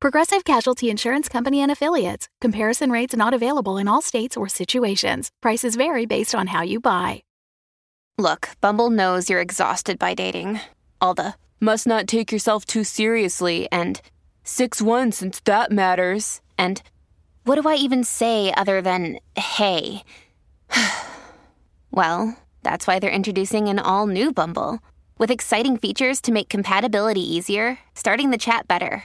Progressive Casualty Insurance Company and Affiliates. Comparison rates not available in all states or situations. Prices vary based on how you buy. Look, Bumble knows you're exhausted by dating. All the must not take yourself too seriously and 6 1 since that matters. And what do I even say other than hey? well, that's why they're introducing an all new Bumble with exciting features to make compatibility easier, starting the chat better,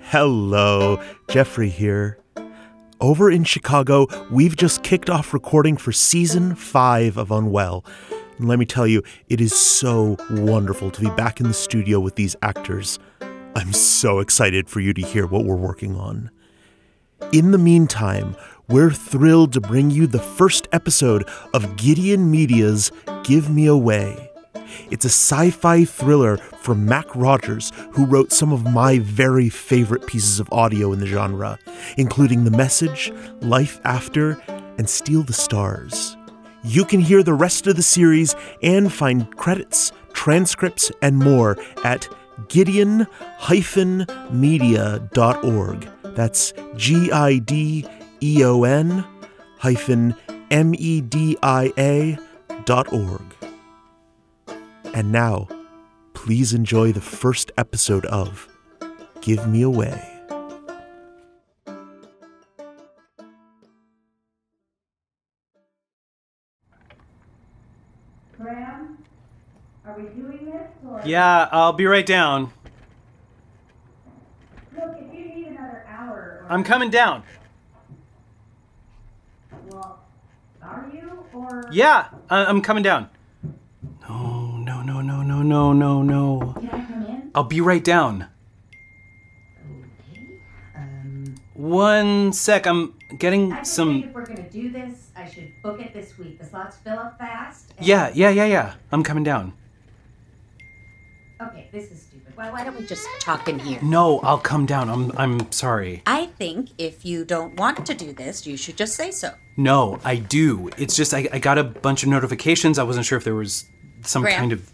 Hello, Jeffrey here. Over in Chicago, we've just kicked off recording for season five of Unwell. And let me tell you, it is so wonderful to be back in the studio with these actors. I'm so excited for you to hear what we're working on. In the meantime, we're thrilled to bring you the first episode of Gideon Media's Give Me Away. It's a sci fi thriller from Mac Rogers, who wrote some of my very favorite pieces of audio in the genre, including The Message, Life After, and Steal the Stars. You can hear the rest of the series and find credits, transcripts, and more at gideon media.org. That's G I D E O N hyphen M E D I A dot org. And now, please enjoy the first episode of Give Me Away. Graham, are we doing this? Or Yeah, I'll be right down. look, if you need another hour, I'm coming down. or, well, are you? Or Yeah, I- I'm coming down. No, no, no, no, no, no, no, no. can I come in? I'll be right down. One sec, I'm I getting just think some. if we're gonna do this, I should book it this week. The slots fill up fast. and- Yeah, yeah, yeah, yeah. I'm coming down. Okay, this is stupid. Why, why don't we just talk in here? No, I'll come down. I'm I'm sorry. I think if you don't want to do this, you should just say so. No, I do. It's just I, I got a bunch of notifications. I wasn't sure if there was some Graham. kind of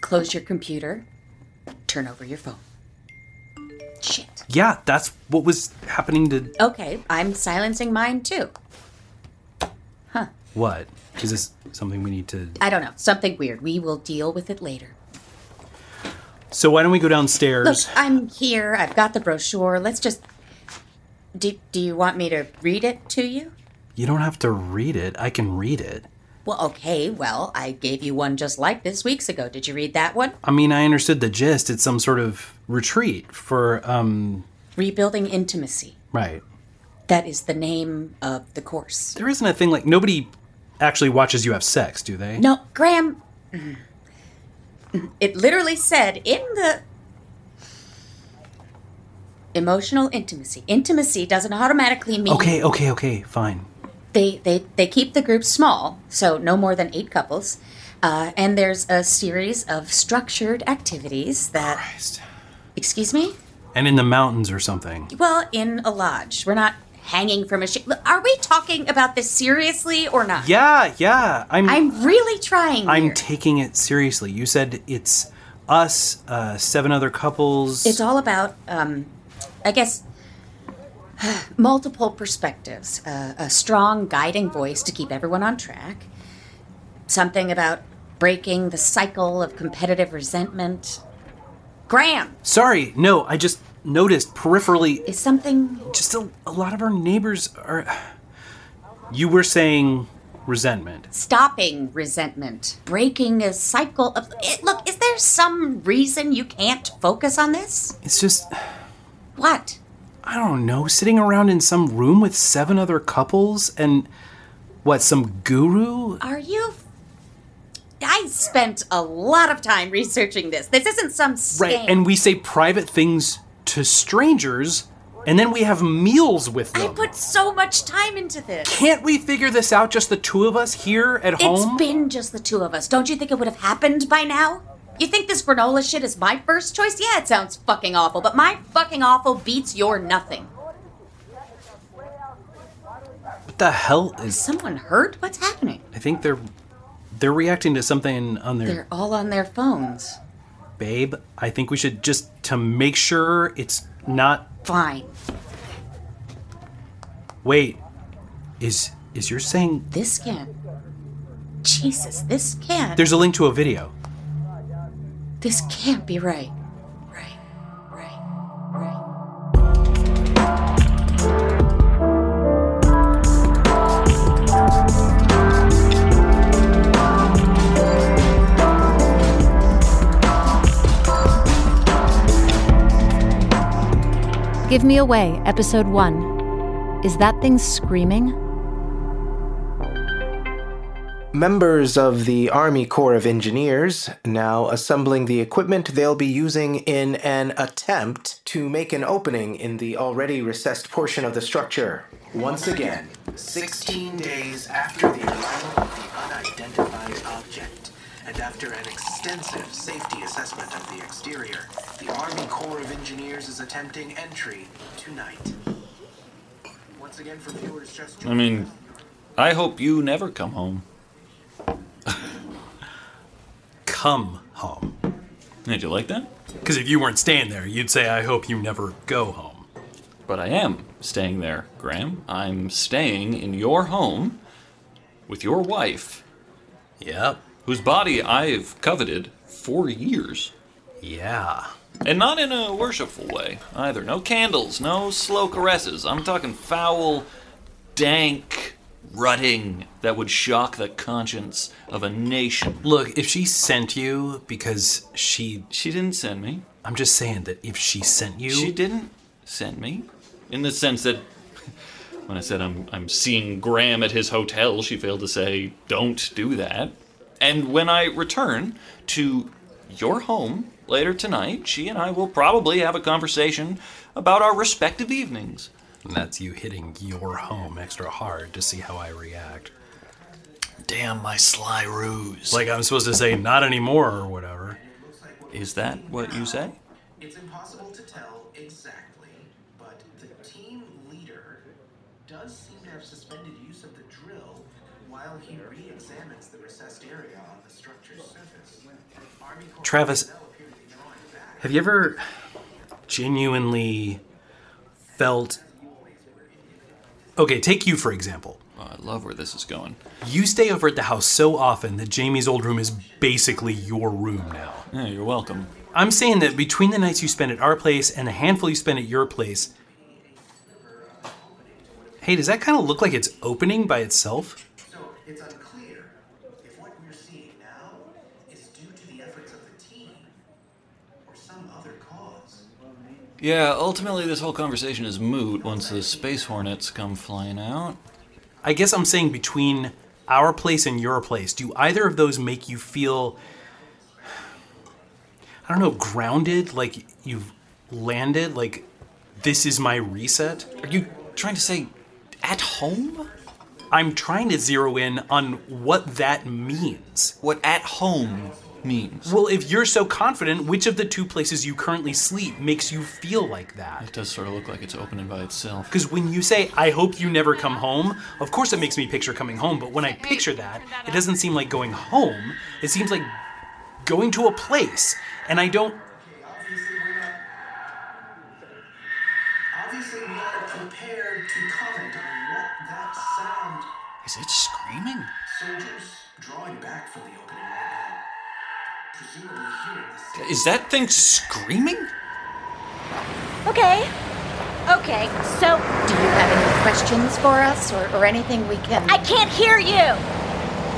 Close your computer, turn over your phone. Shit. Yeah, that's what was happening to Okay, I'm silencing mine too. what? Is this something we need to I don't know, something weird. We will deal with it later. So why don't we go Look, downstairs? I'm here. I've got the brochure. Let's just. Do, do you want me to read it to you? You don't have to read it. I can read it. Well, okay, well, I gave you one just like this weeks ago. Did you read that one? I mean, I understood the gist. It's some sort of retreat for um Rebuilding Intimacy. right. That is the name of the course. There isn't a thing like nobody actually watches you have sex, do they? No, Graham. It literally said in the emotional intimacy. Intimacy doesn't automatically mean Okay, okay, okay. Fine. they, they they keep the group small, so no more than eight couples. Uh, and there's a series of structured activities that. Excuse me. And in the mountains or something. Well, in a lodge, we're not hanging from a ship. Are we talking about this seriously or not? Yeah, yeah. I'm I'm, I'm really trying. here. taking it seriously. You said it's us, uh seven other couples. It's all about, um, I guess, multiple perspectives, uh, a strong guiding voice to keep everyone on track, something about breaking the cycle of competitive resentment. Graham, Sorry, no, I just noticed peripherally is something. just a, a lot of our neighbors are. You were saying resentment. Stopping resentment, breaking a cycle of. It, look, is there some reason you can't focus on this? It's just, What? I don't know, sitting around in some room with seven other couples and what, some guru? Are you. I spent a lot of time researching this. This isn't some scam. Right, and we say private things to strangers and then we have meals with I them. put so much time into this. Can't we figure this out just the two of us here at home? It's been just the two of us. Don't you think it would have happened by now? You think this granola shit is my first choice? Yeah, it sounds fucking awful, but my fucking awful beats your nothing. what the hell Is is someone hurt? What's happening? I think they're they're reacting to something on their They're all on their phones. babe. I think we should just to make sure it's not Fine. wait. Is is you're saying This can't. Jesus, this can't. there's a link to a video. This can't be right. Right, right, right. Give Me Away, Episode 1. Is that thing screaming? Members of the Army Corps of Engineers now assembling the equipment they'll be using in an attempt to make an opening in the already recessed portion of the structure. Once again, 16 days after the arrival of the unidentified object, and after an extensive safety assessment of the exterior, the Army Corps of Engineers is attempting entry tonight. Once again, for viewers just I mean, I hope you never come home. Come home. Did you like that? Because if you weren't staying there, you'd say, "I hope you never go home." But I am staying there, Graham. I'm staying in your home with your wife, Yep. whose body I've coveted for years. Yeah. And not in a worshipful way either. No candles, no slow caresses. I'm talking foul, dank rutting that would shock the conscience of a nation. Look, if she sent you because she, She didn't send me. I'm just saying that if eh? she sent you, She didn't send me, in the sense that when I said I'm I'm seeing Graham at his hotel, she failed to say don't do that. And when I return to your home later tonight, she and I will probably have a conversation about our respective evenings. And that's you hitting your home extra hard to see how I react. Damn my sly ruse. Like I'm supposed to say, "Not anymore" or whatever. is that what you said? It's impossible to tell exactly, but the team leader does seem to have suspended use of the drill while he re-examines the recessed area on the structure's surface. Army Corps Travis, have you ever genuinely felt. Okay, take you for example. Oh, I love where this is going. You stay over at the house so often that Jamie's old room is basically your room now. Yeah, you're welcome. I'm saying that between the nights you spend at our place and the handful you spend at your place. Hey, does that kind of look like it's opening by itself? So it's unclear if what we're seeing now is due to the efforts of the team or some other cause. Yeah, ultimately this whole conversation is moot once the space hornets come flying out. I guess I'm saying between our place and your place, do either of those make you feel, I don't know, grounded? Like you've landed? Like this is my reset? Are you trying to say at home? I'm trying to zero in on what that means. What at home means. Well, if you're so confident, which of the two places you currently sleep makes you feel like that? It does sort of look like it's opening by itself. Because when you say, I hope you never come home, of course it makes me picture coming home, but when I picture that, it doesn't seem like going home. It seems like going to a place. And I don't. Obviously, we're not. Obviously, we are prepared to comment on what that sound Is it screaming? Soldiers drawing back from the opening right now. Is that thing screaming? Okay. Okay, so. Do you have any questions for us or, or anything we can. I can't hear you!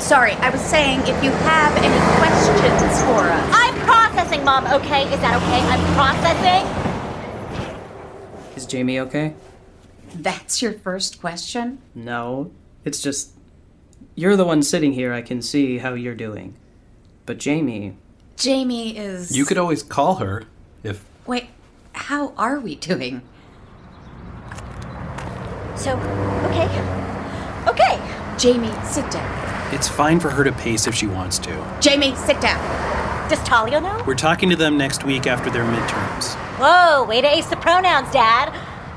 Sorry, I was saying if you have any questions for us. I'm processing, Mom, okay? Is that okay? I'm processing. Is Jamie okay? That's your first question? No. It's just. You're the one sitting here, I can see how you're doing. But Jamie. Jamie is. You could always call her if. Wait, how are we doing? So, okay. Okay. Jamie, sit down. It's fine for her to pace if she wants to. Jamie, sit down. Does Talia know? We're talking to them next week after their midterms. Whoa, way to ace the pronouns, Dad.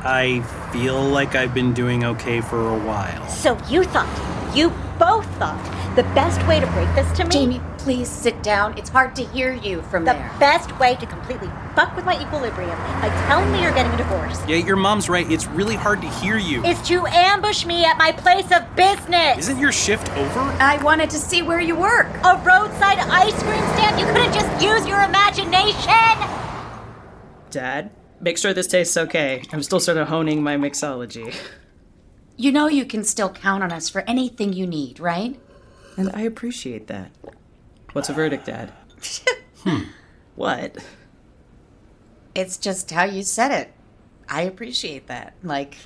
I feel like I've been doing okay for a while. So you thought, you both thought, the best way to break this to me. Jamie, please sit down. It's hard to hear you from the there. best way to completely fuck with my equilibrium by telling me you're getting a divorce Yeah, your mom's right. It's really hard to hear you. is to ambush me at my place of business. Isn't your shift over? I wanted to see where you work. A roadside ice cream stand? You couldn't just use your imagination? Dad? Make sure this tastes okay. I'm still sort of honing my mixology. You know you can still count on us for anything you need, right? And I appreciate that. What's a verdict, Dad? Hmm. What? It's just how you said it. I appreciate that. Like,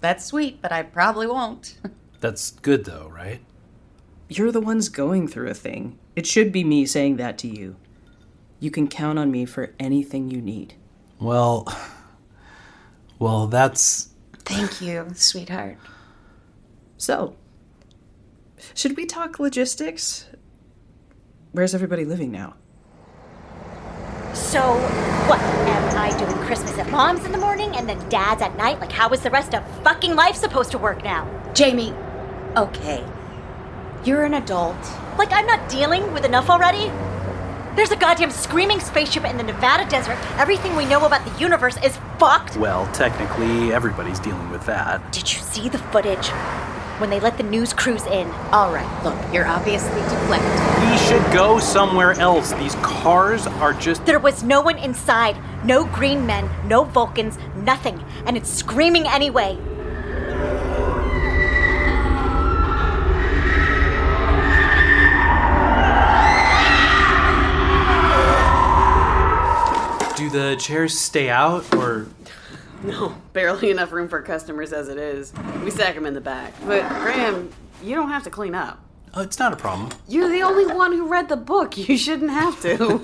that's sweet, but I probably won't. That's good though, right? You're the ones going through a thing. It should be me saying that to you. You can count on me for anything you need. Well, well, that's Thank you, sweetheart. So, should we talk logistics? Where's everybody living now? So, what am I doing Christmas at mom's in the morning and then dad's at night? Like, how is the rest of fucking life supposed to work now? Jamie, okay. You're an adult. Like, I'm not dealing with enough already? There's a goddamn screaming spaceship in the Nevada desert. Everything we know about the universe is fucked. well, technically everybody's dealing with that. Did you see the footage when they let the news crews in? All right, look, you're obviously deflecting. We should go somewhere else. These cars are just There was no one inside. No green men, no Vulcans, nothing. And it's screaming anyway. Do the chairs stay out or No, barely enough room for customers as it is. We sack them in the back. But Graham, you don't have to clean up. Oh, it's not a problem. You're the only one who read the book. You shouldn't have to.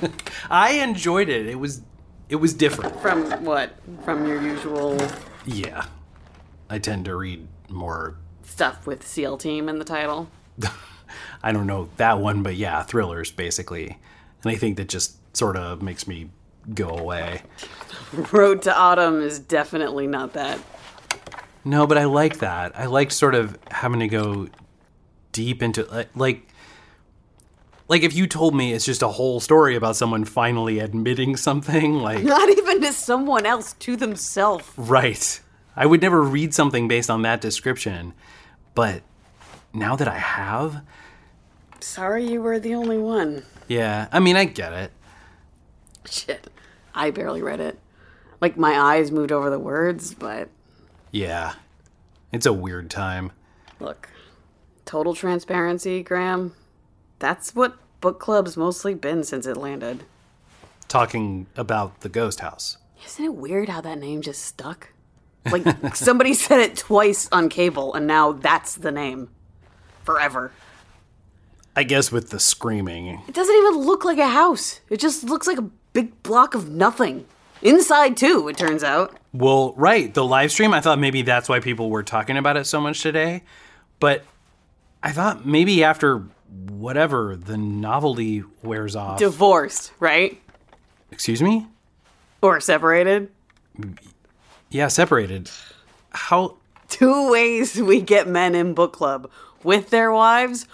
I enjoyed it. It was it was different. From what? From your usual Yeah. I tend to read more stuff with SEAL Team in the title. I don't know that one, but yeah, thrillers basically. And I think that just sort of makes me go away. Road to Autumn is definitely not that. No, but I like that. I liked sort of having to go deep into li- like like if you told me it's just a whole story about someone finally admitting something like Not even to someone else, to themselves. Right. I would never read something based on that description, but now that I have, Sorry you were the only one. yeah, I mean, I get it. Shit. I barely read it. Like, my eyes moved over the words, but Yeah. It's a weird time. Look, total transparency, Graham. That's what book club's mostly been since it landed. Talking about the ghost house. Isn't it weird how that name just stuck? Like, somebody said it twice on cable, and now that's the name. Forever. I guess with the screaming. It doesn't even look like a house. It just looks like a big block of nothing. Inside, too, it turns out. Well, right, the live stream, I thought maybe that's why people were talking about it so much today. But I thought maybe after whatever, the novelty wears off. Divorced, right? Excuse me? Or separated. Yeah, separated. How Two ways we get men in book club with their wives,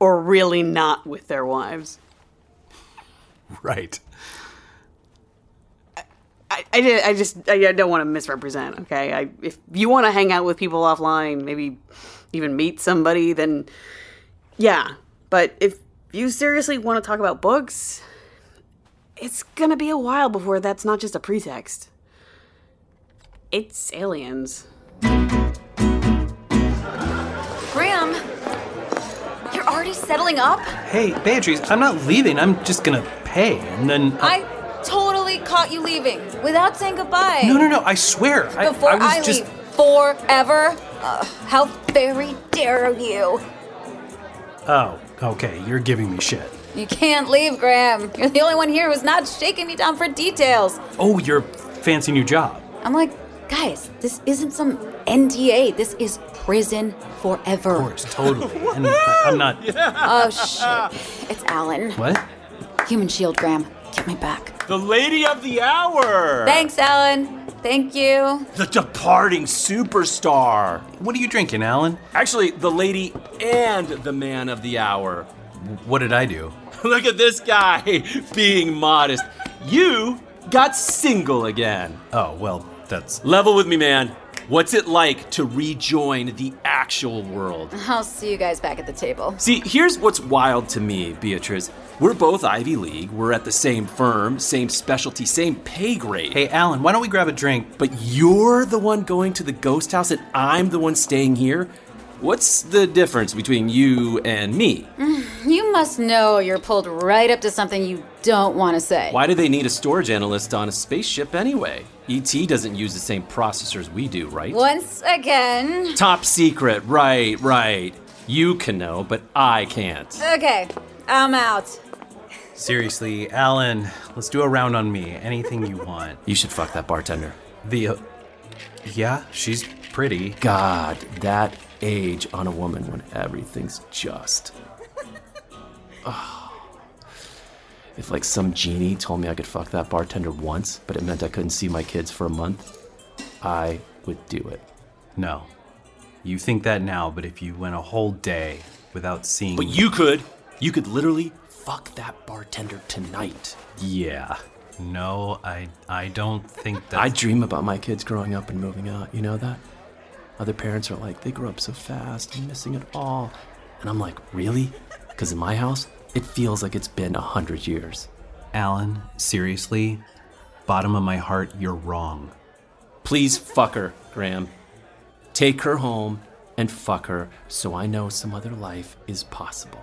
or really not with their wives. right. I, I, ju- I just I don't want to misrepresent. Okay, I, if you want to hang out with people offline, maybe even meet somebody, then yeah. But if you seriously want to talk about books, It's gonna be a while before that's not just a pretext. It's aliens. Graham, you're already settling up? Hey, Beatrice, I'm not leaving. I'm just gonna pay, and then I totally caught you leaving without saying goodbye. no, no, no. I swear. I, Before I was I, just. leave forever. Ugh, how very dare you! Oh, okay. You're giving me shit. You can't leave, Graham. You're the only one here who's not shaking me down for details. Oh, your fancy new job. I'm like, guys, this isn't some NDA. This is prison forever. Of course, Totally. And I- I'm not. oh shit! It's Alan. What? Human shield, Graham. Get me back. The lady of the hour. Thanks, Alan. Thank you. The departing superstar. What are you drinking, Alan? Actually, the lady and the man of the hour. What did I do? Look at this guy being modest. You got single again. Oh, well, that's. Level with me, man. What's it like to rejoin the actual world? I'll see you guys back at the table. See, here's what's wild to me, Beatrice. We're both Ivy League, we're at the same firm, same specialty, same pay grade. Hey, Alan, why don't we grab a drink? But you're the one going to the ghost house and I'm the one staying here? What's the difference between you and me? Mm, You must know you're pulled right up to something you don't want to say. Why do they need a storage analyst on a spaceship anyway? ET doesn't use the same processors we do, right? Once again. Top secret, right, right. You can know, but I can't. Okay, I'm out. Seriously, Alan, let's do a round on me. Anything you want. You should fuck that bartender. The. Uh, yeah, she's pretty. God, that age on a woman when everything's just. Oh. If like some genie told me I could fuck that bartender once, but it meant I couldn't see my kids for a month, I would do it. No. You think that now, but if you went a whole day without seeing. But you could. You could literally fuck that bartender tonight. Yeah. No, I I don't think that. I dream about my kids growing up and moving out. You know that? Other parents are like, they grew up so fast, I'm missing it all. And I'm like, really? Because in my house, it feels like it's been a hundred years. Alan, seriously, bottom of my heart, you're wrong. Please fuck her, Graham. Take her home and fuck her so I know some other life is possible.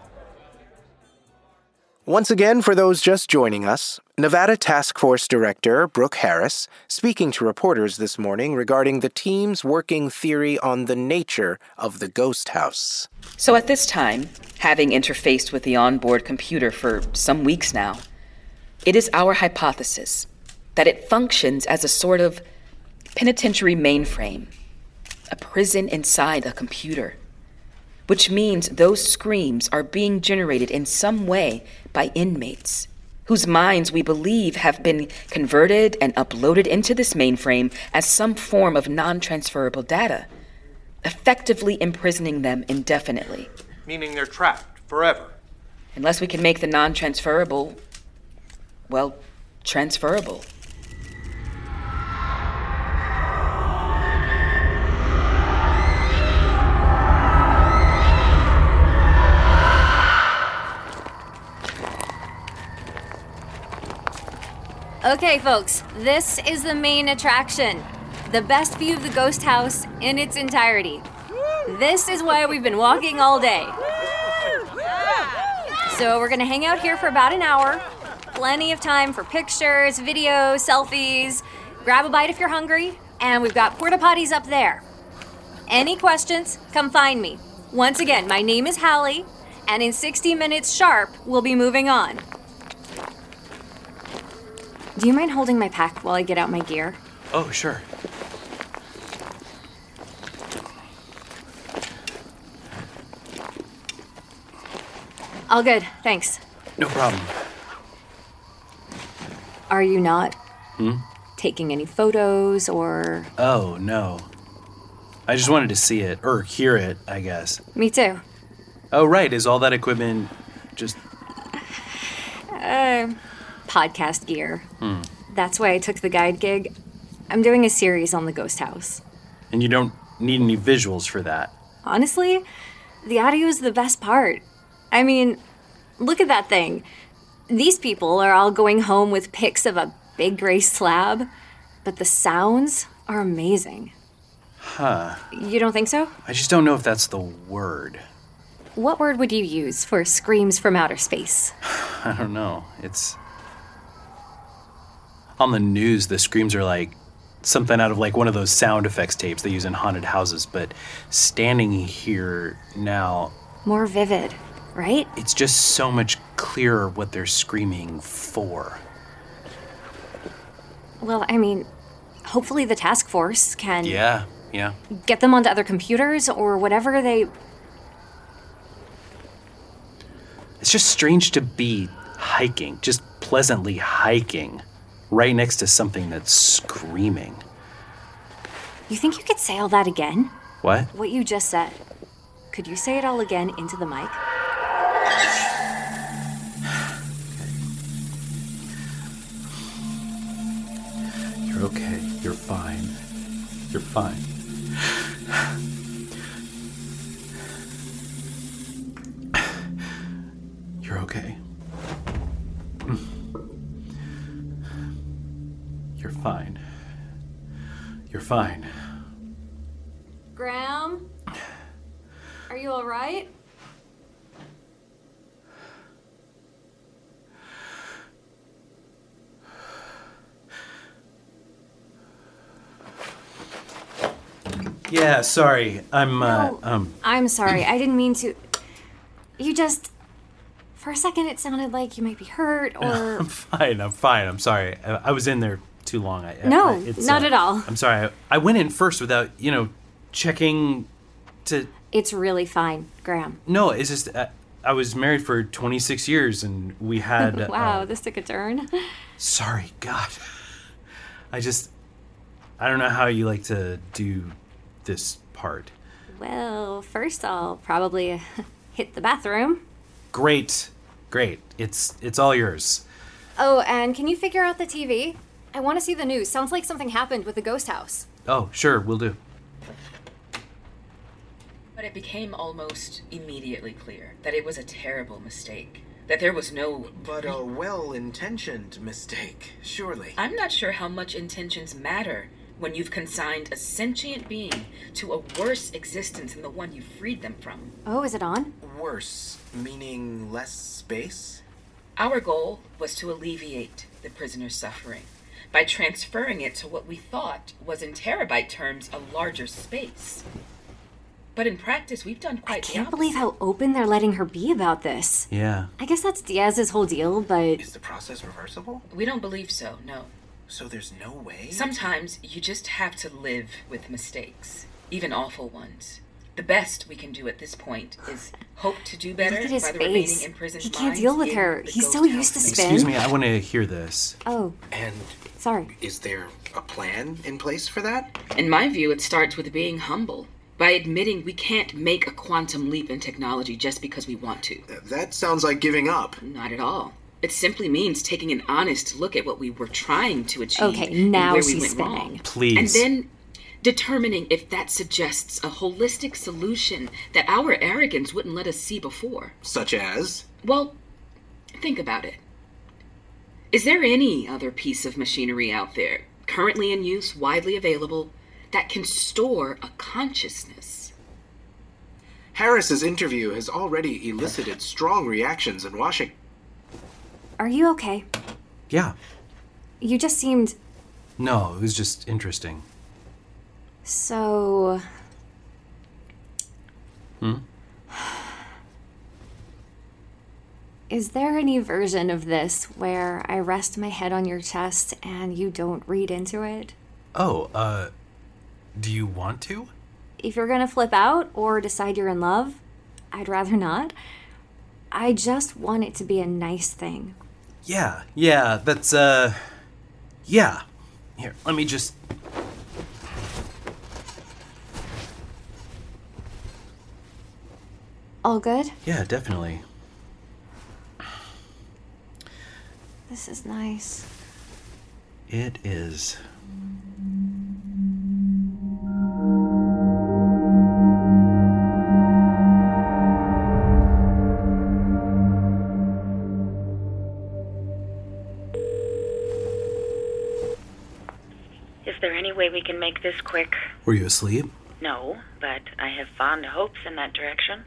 Once again, for those just joining us, Nevada Task Force Director Brooke Harris speaking to reporters this morning regarding the team's working theory on the nature of the ghost house. So at this time, having interfaced with the onboard computer for some weeks now, it is our hypothesis that it functions as a sort of penitentiary mainframe, a prison inside a computer, which means those screams are being generated in some way by inmates whose minds we believe have been converted and uploaded into this mainframe as some form of non transferable data effectively imprisoning them indefinitely. meaning they're trapped forever. Unless we can make the non transferable, well, transferable. Okay, folks, this is the main attraction. The best view of the ghost house in its entirety. This is why we've been walking all day. So, we're gonna hang out here for about an hour. Plenty of time for pictures, videos, selfies. Grab a bite if you're hungry, and we've got porta potties up there. Any questions, come find me. Once again, my name is Hallie, and in 60 minutes sharp, we'll be moving on. Do you mind holding my pack while I get out my gear? Oh, sure. All good, thanks. No problem. Are you not Hmm? taking any photos or. Oh, no. I just wanted to see it, or hear it, I guess. Me too. Oh, right, is all that equipment just. Uh, podcast gear. Hmm. That's why I took the guide gig. I'm doing a series on the ghost house. And you don't need any visuals for that. Honestly, the audio is the best part. I mean, look at that thing. These people are all going home with pics of a big gray slab, but the sounds are amazing. Huh. You don't think so? I just don't know if that's the word. What word would you use for screams from outer space? I don't know. It's on the news. The screams are like something out of like one of those sound effects tapes they use in haunted houses. But standing here now, More vivid, right? it's just so much clearer what they're screaming for. Well, I mean, hopefully the task force can Yeah, yeah. get them onto other computers or whatever they. It's just strange to be hiking, just pleasantly hiking, right next to something that's screaming. You think you could say all that again? What? What you just said. Could you say it all again into the mic? You're okay. You're fine. You're fine. You're okay. You're fine. You're fine. Graham? Are you alright? Yeah, sorry. I'm uh No. um I'm sorry, I didn't mean to. You just. For a second, it sounded like you might be hurt or. I'm fine. I'm fine. I'm sorry. I, I was in there too long. I, I- No, I- it's, not uh, at all. I'm sorry. I, I went in first without, you know, checking to It's really fine, Graham. No, it's just uh, I was married for 26 years and we had uh, wow, this took a turn. Sorry, God. I just I don't know how you like to do this part. Well, first I'll probably hit the bathroom. Great. Great. It's it's all yours. Oh, and can you figure out the TV? I want to see the news. Sounds like something happened with the ghost house. Oh, sure, we'll do. But it became almost immediately clear that it was a terrible mistake. That there was no. But a well intentioned mistake, surely. I'm not sure how much intentions matter when you've consigned a sentient being to a worse existence than the one you freed them from. Oh, is it on? Worse, meaning less space? Our goal was to alleviate the prisoner's suffering by transferring it to what we thought was, in terabyte terms, a larger space. But in practice, we've done quite the Can't opposite. believe how open they're letting her be about this. Yeah. I guess that's Diaz's whole deal, but. Is the process reversible? We don't believe so, no. So there's no way? Sometimes you just have to live with mistakes, even awful ones. The best we can do at this point is hope to do better Look at his by the face. remaining imprisoned He can't minds deal with in her. the He's ghost so used to house. spin. Excuse me, I want to hear this. Oh, And sorry. is there a plan in place for that? In my view, it starts with being humble. By admitting we can't make a quantum leap in technology just because we want to. That sounds like giving up. Not at all. It simply means taking an honest look at what we were trying to achieve. Okay, and now where she's we went spinning. Wrong. Please. And then determining if that suggests a holistic solution that our arrogance wouldn't let us see before. Such as? Well, think about it. Is there any other piece of machinery out there, currently in use, widely available, that can store a consciousness? Harris's interview has already elicited strong reactions in Washington. Are you okay? Yeah. You just seemed No, it was just interesting. so. Hmm? Is there any version of this where I rest my head on your chest and you don't read into it? Oh, uh do you want to? If you're gonna flip out or decide you're in love, I'd rather not. I just want it to be a nice thing. Yeah. Yeah, that's uh yeah. Here, let me just All good? Yeah, definitely. This is nice. It is. Is there any way we can make this quick? Were you asleep? No, but I have fond hopes in that direction.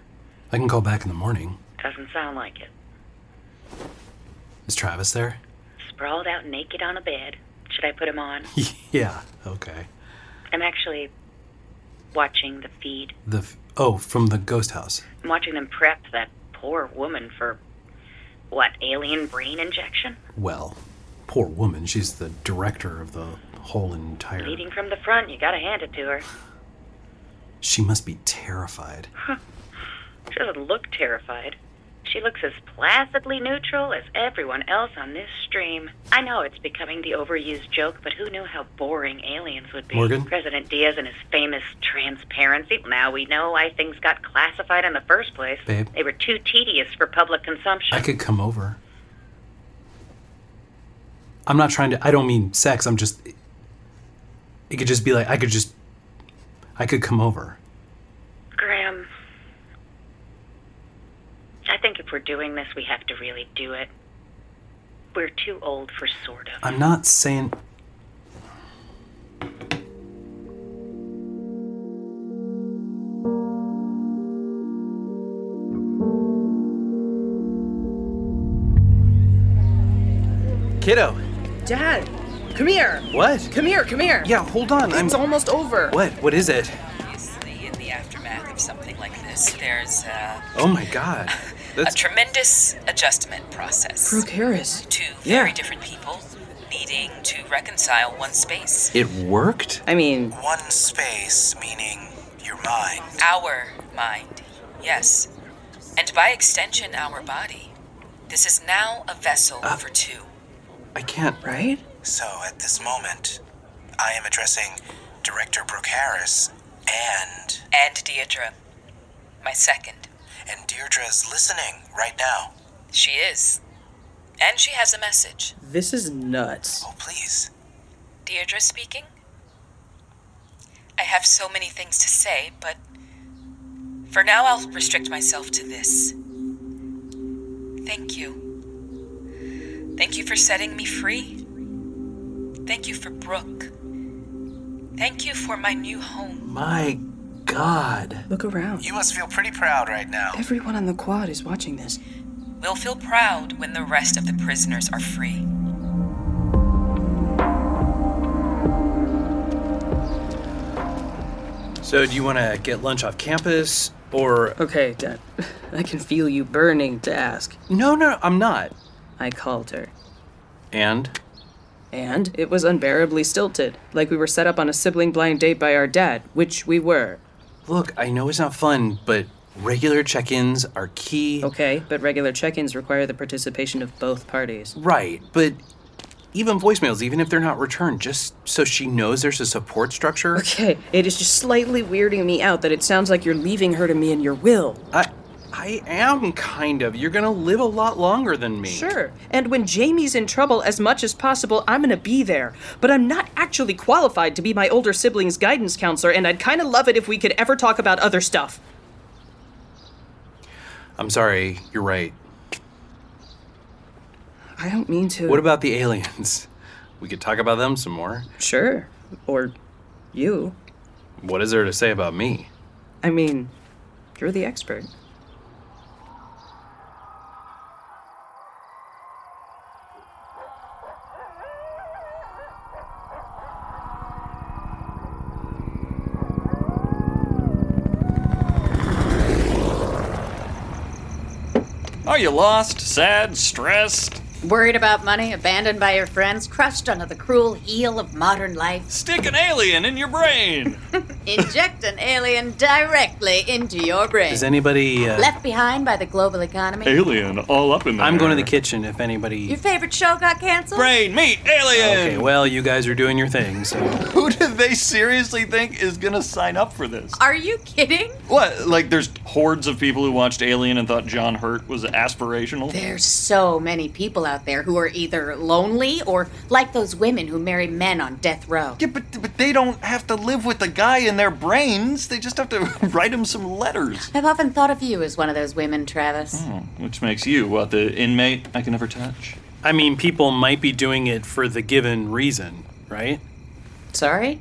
I can call back in the morning. Doesn't sound like it. Is Travis there? Sprawled out naked on a bed. Should I put him on? Yeah. Okay. I'm actually watching the feed. The f- oh from the ghost house. I'm watching them prep that poor woman for what, alien brain injection? Well, poor woman. She's the director of the whole entire. Leading from the front, you gotta hand it to her. She must be terrified. She doesn't look terrified. She looks as placidly neutral as everyone else on this stream. I know it's becoming the overused joke, but who knew how boring aliens would be? Morgan? President Diaz and his famous transparency. Now we know why things got classified in the first place. Babe. They were too tedious for public consumption. I could come over. I'm not trying to. I don't mean sex. I'm just. It could just be like I could just. I could come over. Graham, I think if we're doing this, we have to really do it. We're too old for sort of. I'm not saying. Kiddo. Dad, come here. What? Come here, come here. Yeah, hold on. It's I'm- almost over. What? What is it? Obviously, in the aftermath of something like this, there's uh, Oh my god. a That's tremendous adjustment process. Procaris. Two Yeah. very different people needing to reconcile one space. It worked? I mean, One space meaning your mind. Our mind, yes. And by extension, our body. This is now a vessel for two. I can't. Right? So at this moment, I am addressing Director Brooke Harris and. And Deirdre, my second. And Deirdre's listening right now. She is. And she has a message. this is nuts. Oh, please. Deirdre speaking. I have so many things to say, but for now I'll restrict myself to this. Thank you. Thank you for setting me free. Thank you for Brooke. Thank you for my new home. My God. Look around. You must feel pretty proud right now. Everyone on the quad is watching this. We'll feel proud when the rest of the prisoners are free. So, do you want to get lunch off campus or. Okay, Dad. I can feel you burning to ask. No, no, I'm not. I called her. And? And it was unbearably stilted, like we were set up on a sibling blind date by our dad, which we were. Look, I know it's not fun, but regular check ins are key. Okay, but regular check ins require the participation of both parties. Right, but even voicemails, even if they're not returned, just so she knows there's a support structure. Okay, it is just slightly weirding me out that it sounds like you're leaving her to me in your will. I, I am kind of. You're going to live a lot longer than me. Sure, and when Jamie's in trouble as much as possible, I'm gonna be there. But I'm not actually qualified to be my older sibling's guidance counselor, and I'd kinda love it if we could ever talk about other stuff. I'm sorry, you're right. I don't mean to. What about the aliens? We could talk about them some more. Sure, or you. What is there to say about me? I mean, you're the expert. Are you lost, sad, stressed? Worried about money, abandoned by your friends, crushed under the cruel heel of modern life. Stick an alien in your brain. Inject an alien directly into your brain. Is anybody uh, Left behind by the global economy. alien all up in there? I'm going to the kitchen if anybody. Your favorite show got canceled? Brain eh. meat alien. Okay, well, you guys are doing your thing, so Who do they seriously think is gonna sign up for this? Are you kidding? What? Like, there's hordes of people who watched Alien and thought John Hurt was aspirational. There's so many people out there who are either lonely or like those women who marry men on death row. Yeah, but, but they don't have to live with the guy in their brains. They just have to write him some letters. I've often thought of you as one of those women, Hmm. Travis. Which makes you, what, the inmate I can never touch? I mean, people might be doing it for the given reason, right? Sorry?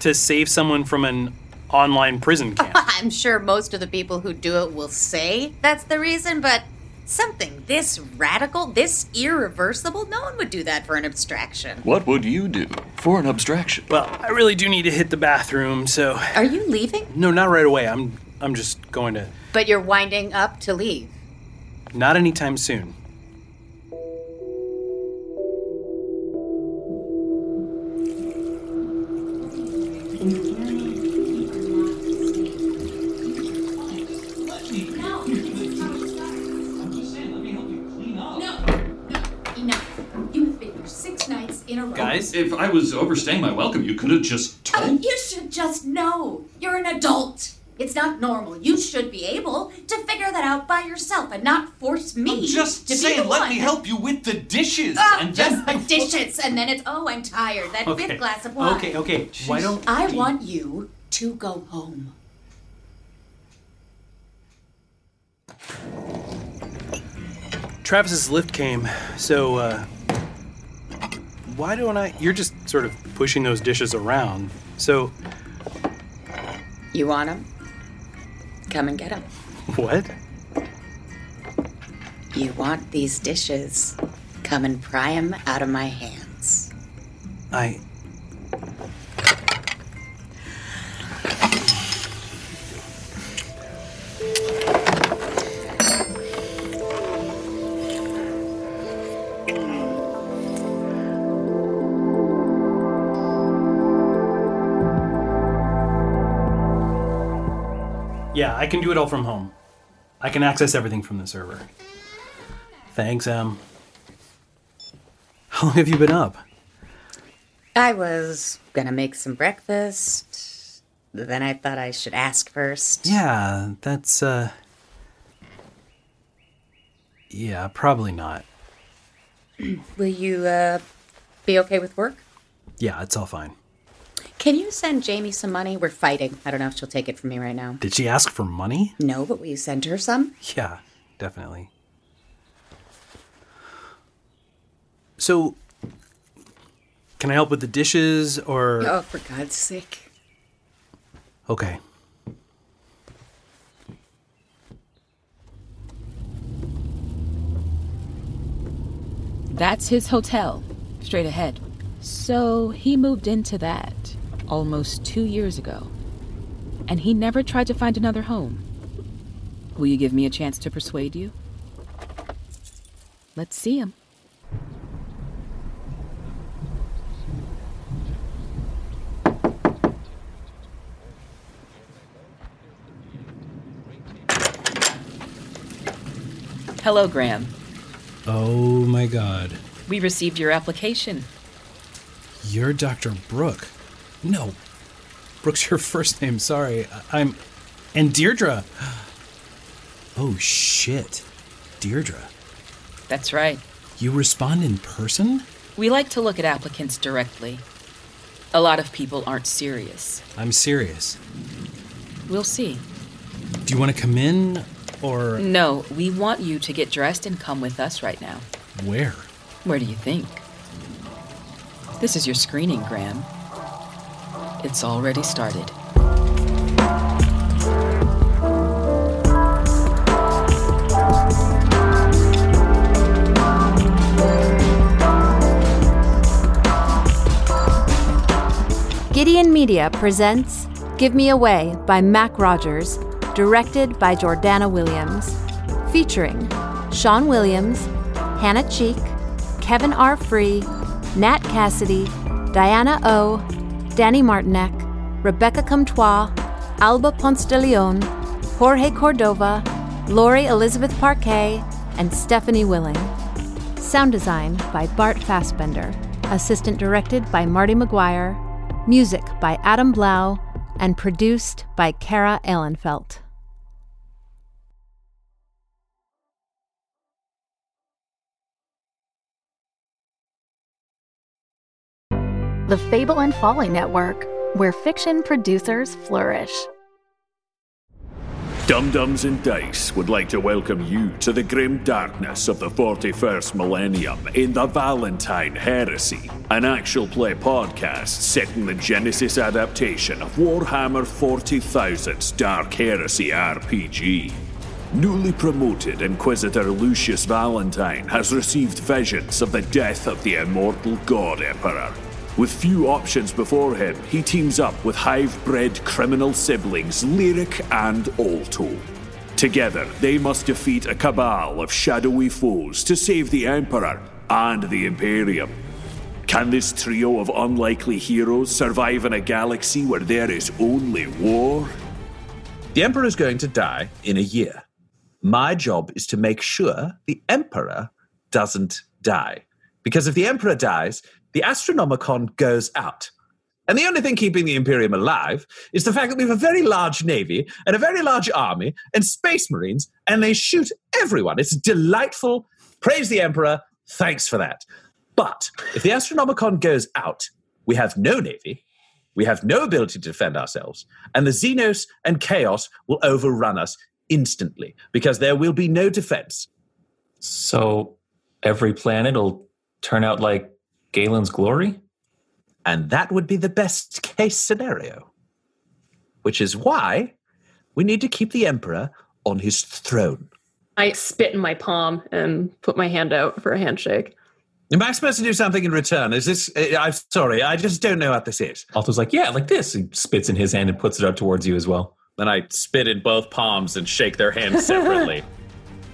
To save someone from an online prison camp. I'm sure most of the people who do it will say that's the reason, but something this radical, this irreversible, no one would do that for an abstraction. What would you do for an abstraction? Well, I really do need to hit the bathroom, so Are you leaving? No, not right away. I'm I'm just going to But you're winding up to leave. not anytime soon. Enough. You've been here six nights in a row. if I was overstaying my welcome, you could have just Oh, you should just know. You're an adult. It's not normal. You should be able to figure that out by yourself and not force me. I'm just to be saying, the let one. me help you with the dishes, Ah, and then just the dishes, and then it's oh, I'm tired. That fifth glass of wine. Ah. Okay, okay. Why don't I want you to go home. Travis's lift came, so uh why don't I you're just sort of pushing those dishes around. So You want him? Come and get him. what? You want these dishes. Come and pry 'em out of my hands. I Yeah, I can do it all from home. I can access everything from the server. Thanks, Em. How long have you been up? I was gonna make some breakfast. Then I thought I should ask first. Yeah, that's uh Yeah, probably not. Will you uh, be okay with work? Yeah, it's all fine. Can you send Jamie some money? We're fighting. I don't know if she'll take it from me right now. Did she ask for money? No, but will you send her some? Yeah, definitely. So can I help with the dishes or Oh, for God's sake. Okay. That's his hotel, straight ahead. So he moved into that almost two years ago. And he never tried to find another home. Will you give me a chance to persuade you? Let's see him. Hello, Graham. Oh my god. We received your application. You're Dr. Brooke. No. Brooke's your first name. Sorry. I- I'm. And Deirdre. Oh, shit. Deirdre. That's right. You respond in person? We like to look at applicants directly. A lot of people aren't serious. I'm serious. We'll see. Do you want to come in or No, we want you to get dressed and come with us right now. where? Where do you think? This is your screening, Graham. It's already started. Gideon Media presents Give Me Away by Mac Rogers, directed by Jordana Williams, featuring Sean Williams, Hannah Cheek, Kevin R. Free, Nat Cassidy, Diana O, Danny Martinek, Rebecca Comtois, Alba Ponce de Leon, Jorge Cordova, Lori Elizabeth Parquet, and Stephanie Willing. Sound design by Bart Fassbender. Assistant directed by Marty McGuire. Music by Adam Blau. And produced by Kara Ehlenfeld. The Fable and Folly Network, where fiction producers flourish. Dum Dums and Dice would like to welcome you to the grim darkness of the 41st millennium in the Valentine Heresy, an actual play podcast set in the Genesis adaptation of Warhammer 40,000's Dark Heresy RPG. Newly promoted Inquisitor Lucius Valentine has received visions of the death of the immortal God Emperor. With few options before him, he teams up with hive bred criminal siblings Lyric and Alto. Together, they must defeat a cabal of shadowy foes to save the Emperor and the Imperium. Can this trio of unlikely heroes survive in a galaxy where there is only war? The Emperor is going to die in a year. My job is to make sure the Emperor doesn't die. Because if the Emperor dies, the Astronomicon goes out. And the only thing keeping the Imperium alive is the fact that we have a very large navy and a very large army and space marines, and they shoot everyone. It's delightful. Praise the Emperor. Thanks for that. But if the Astronomicon goes out, we have no navy, we have no ability to defend ourselves, and the Xenos and Chaos will overrun us instantly because there will be no defense. So every planet will turn out like Galen's glory? And that would be the best case scenario. Which is why we need to keep the Emperor on his throne. I spit in my palm and put my hand out for a handshake. Am I supposed to do something in return? Is this. eh, I'm sorry, I just don't know what this is. Alto's like, yeah, like this. He spits in his hand and puts it out towards you as well. Then I spit in both palms and shake their hands separately.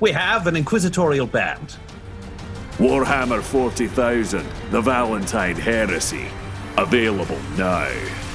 we have an inquisitorial band. Warhammer 40,000 The Valentine Heresy. Available now.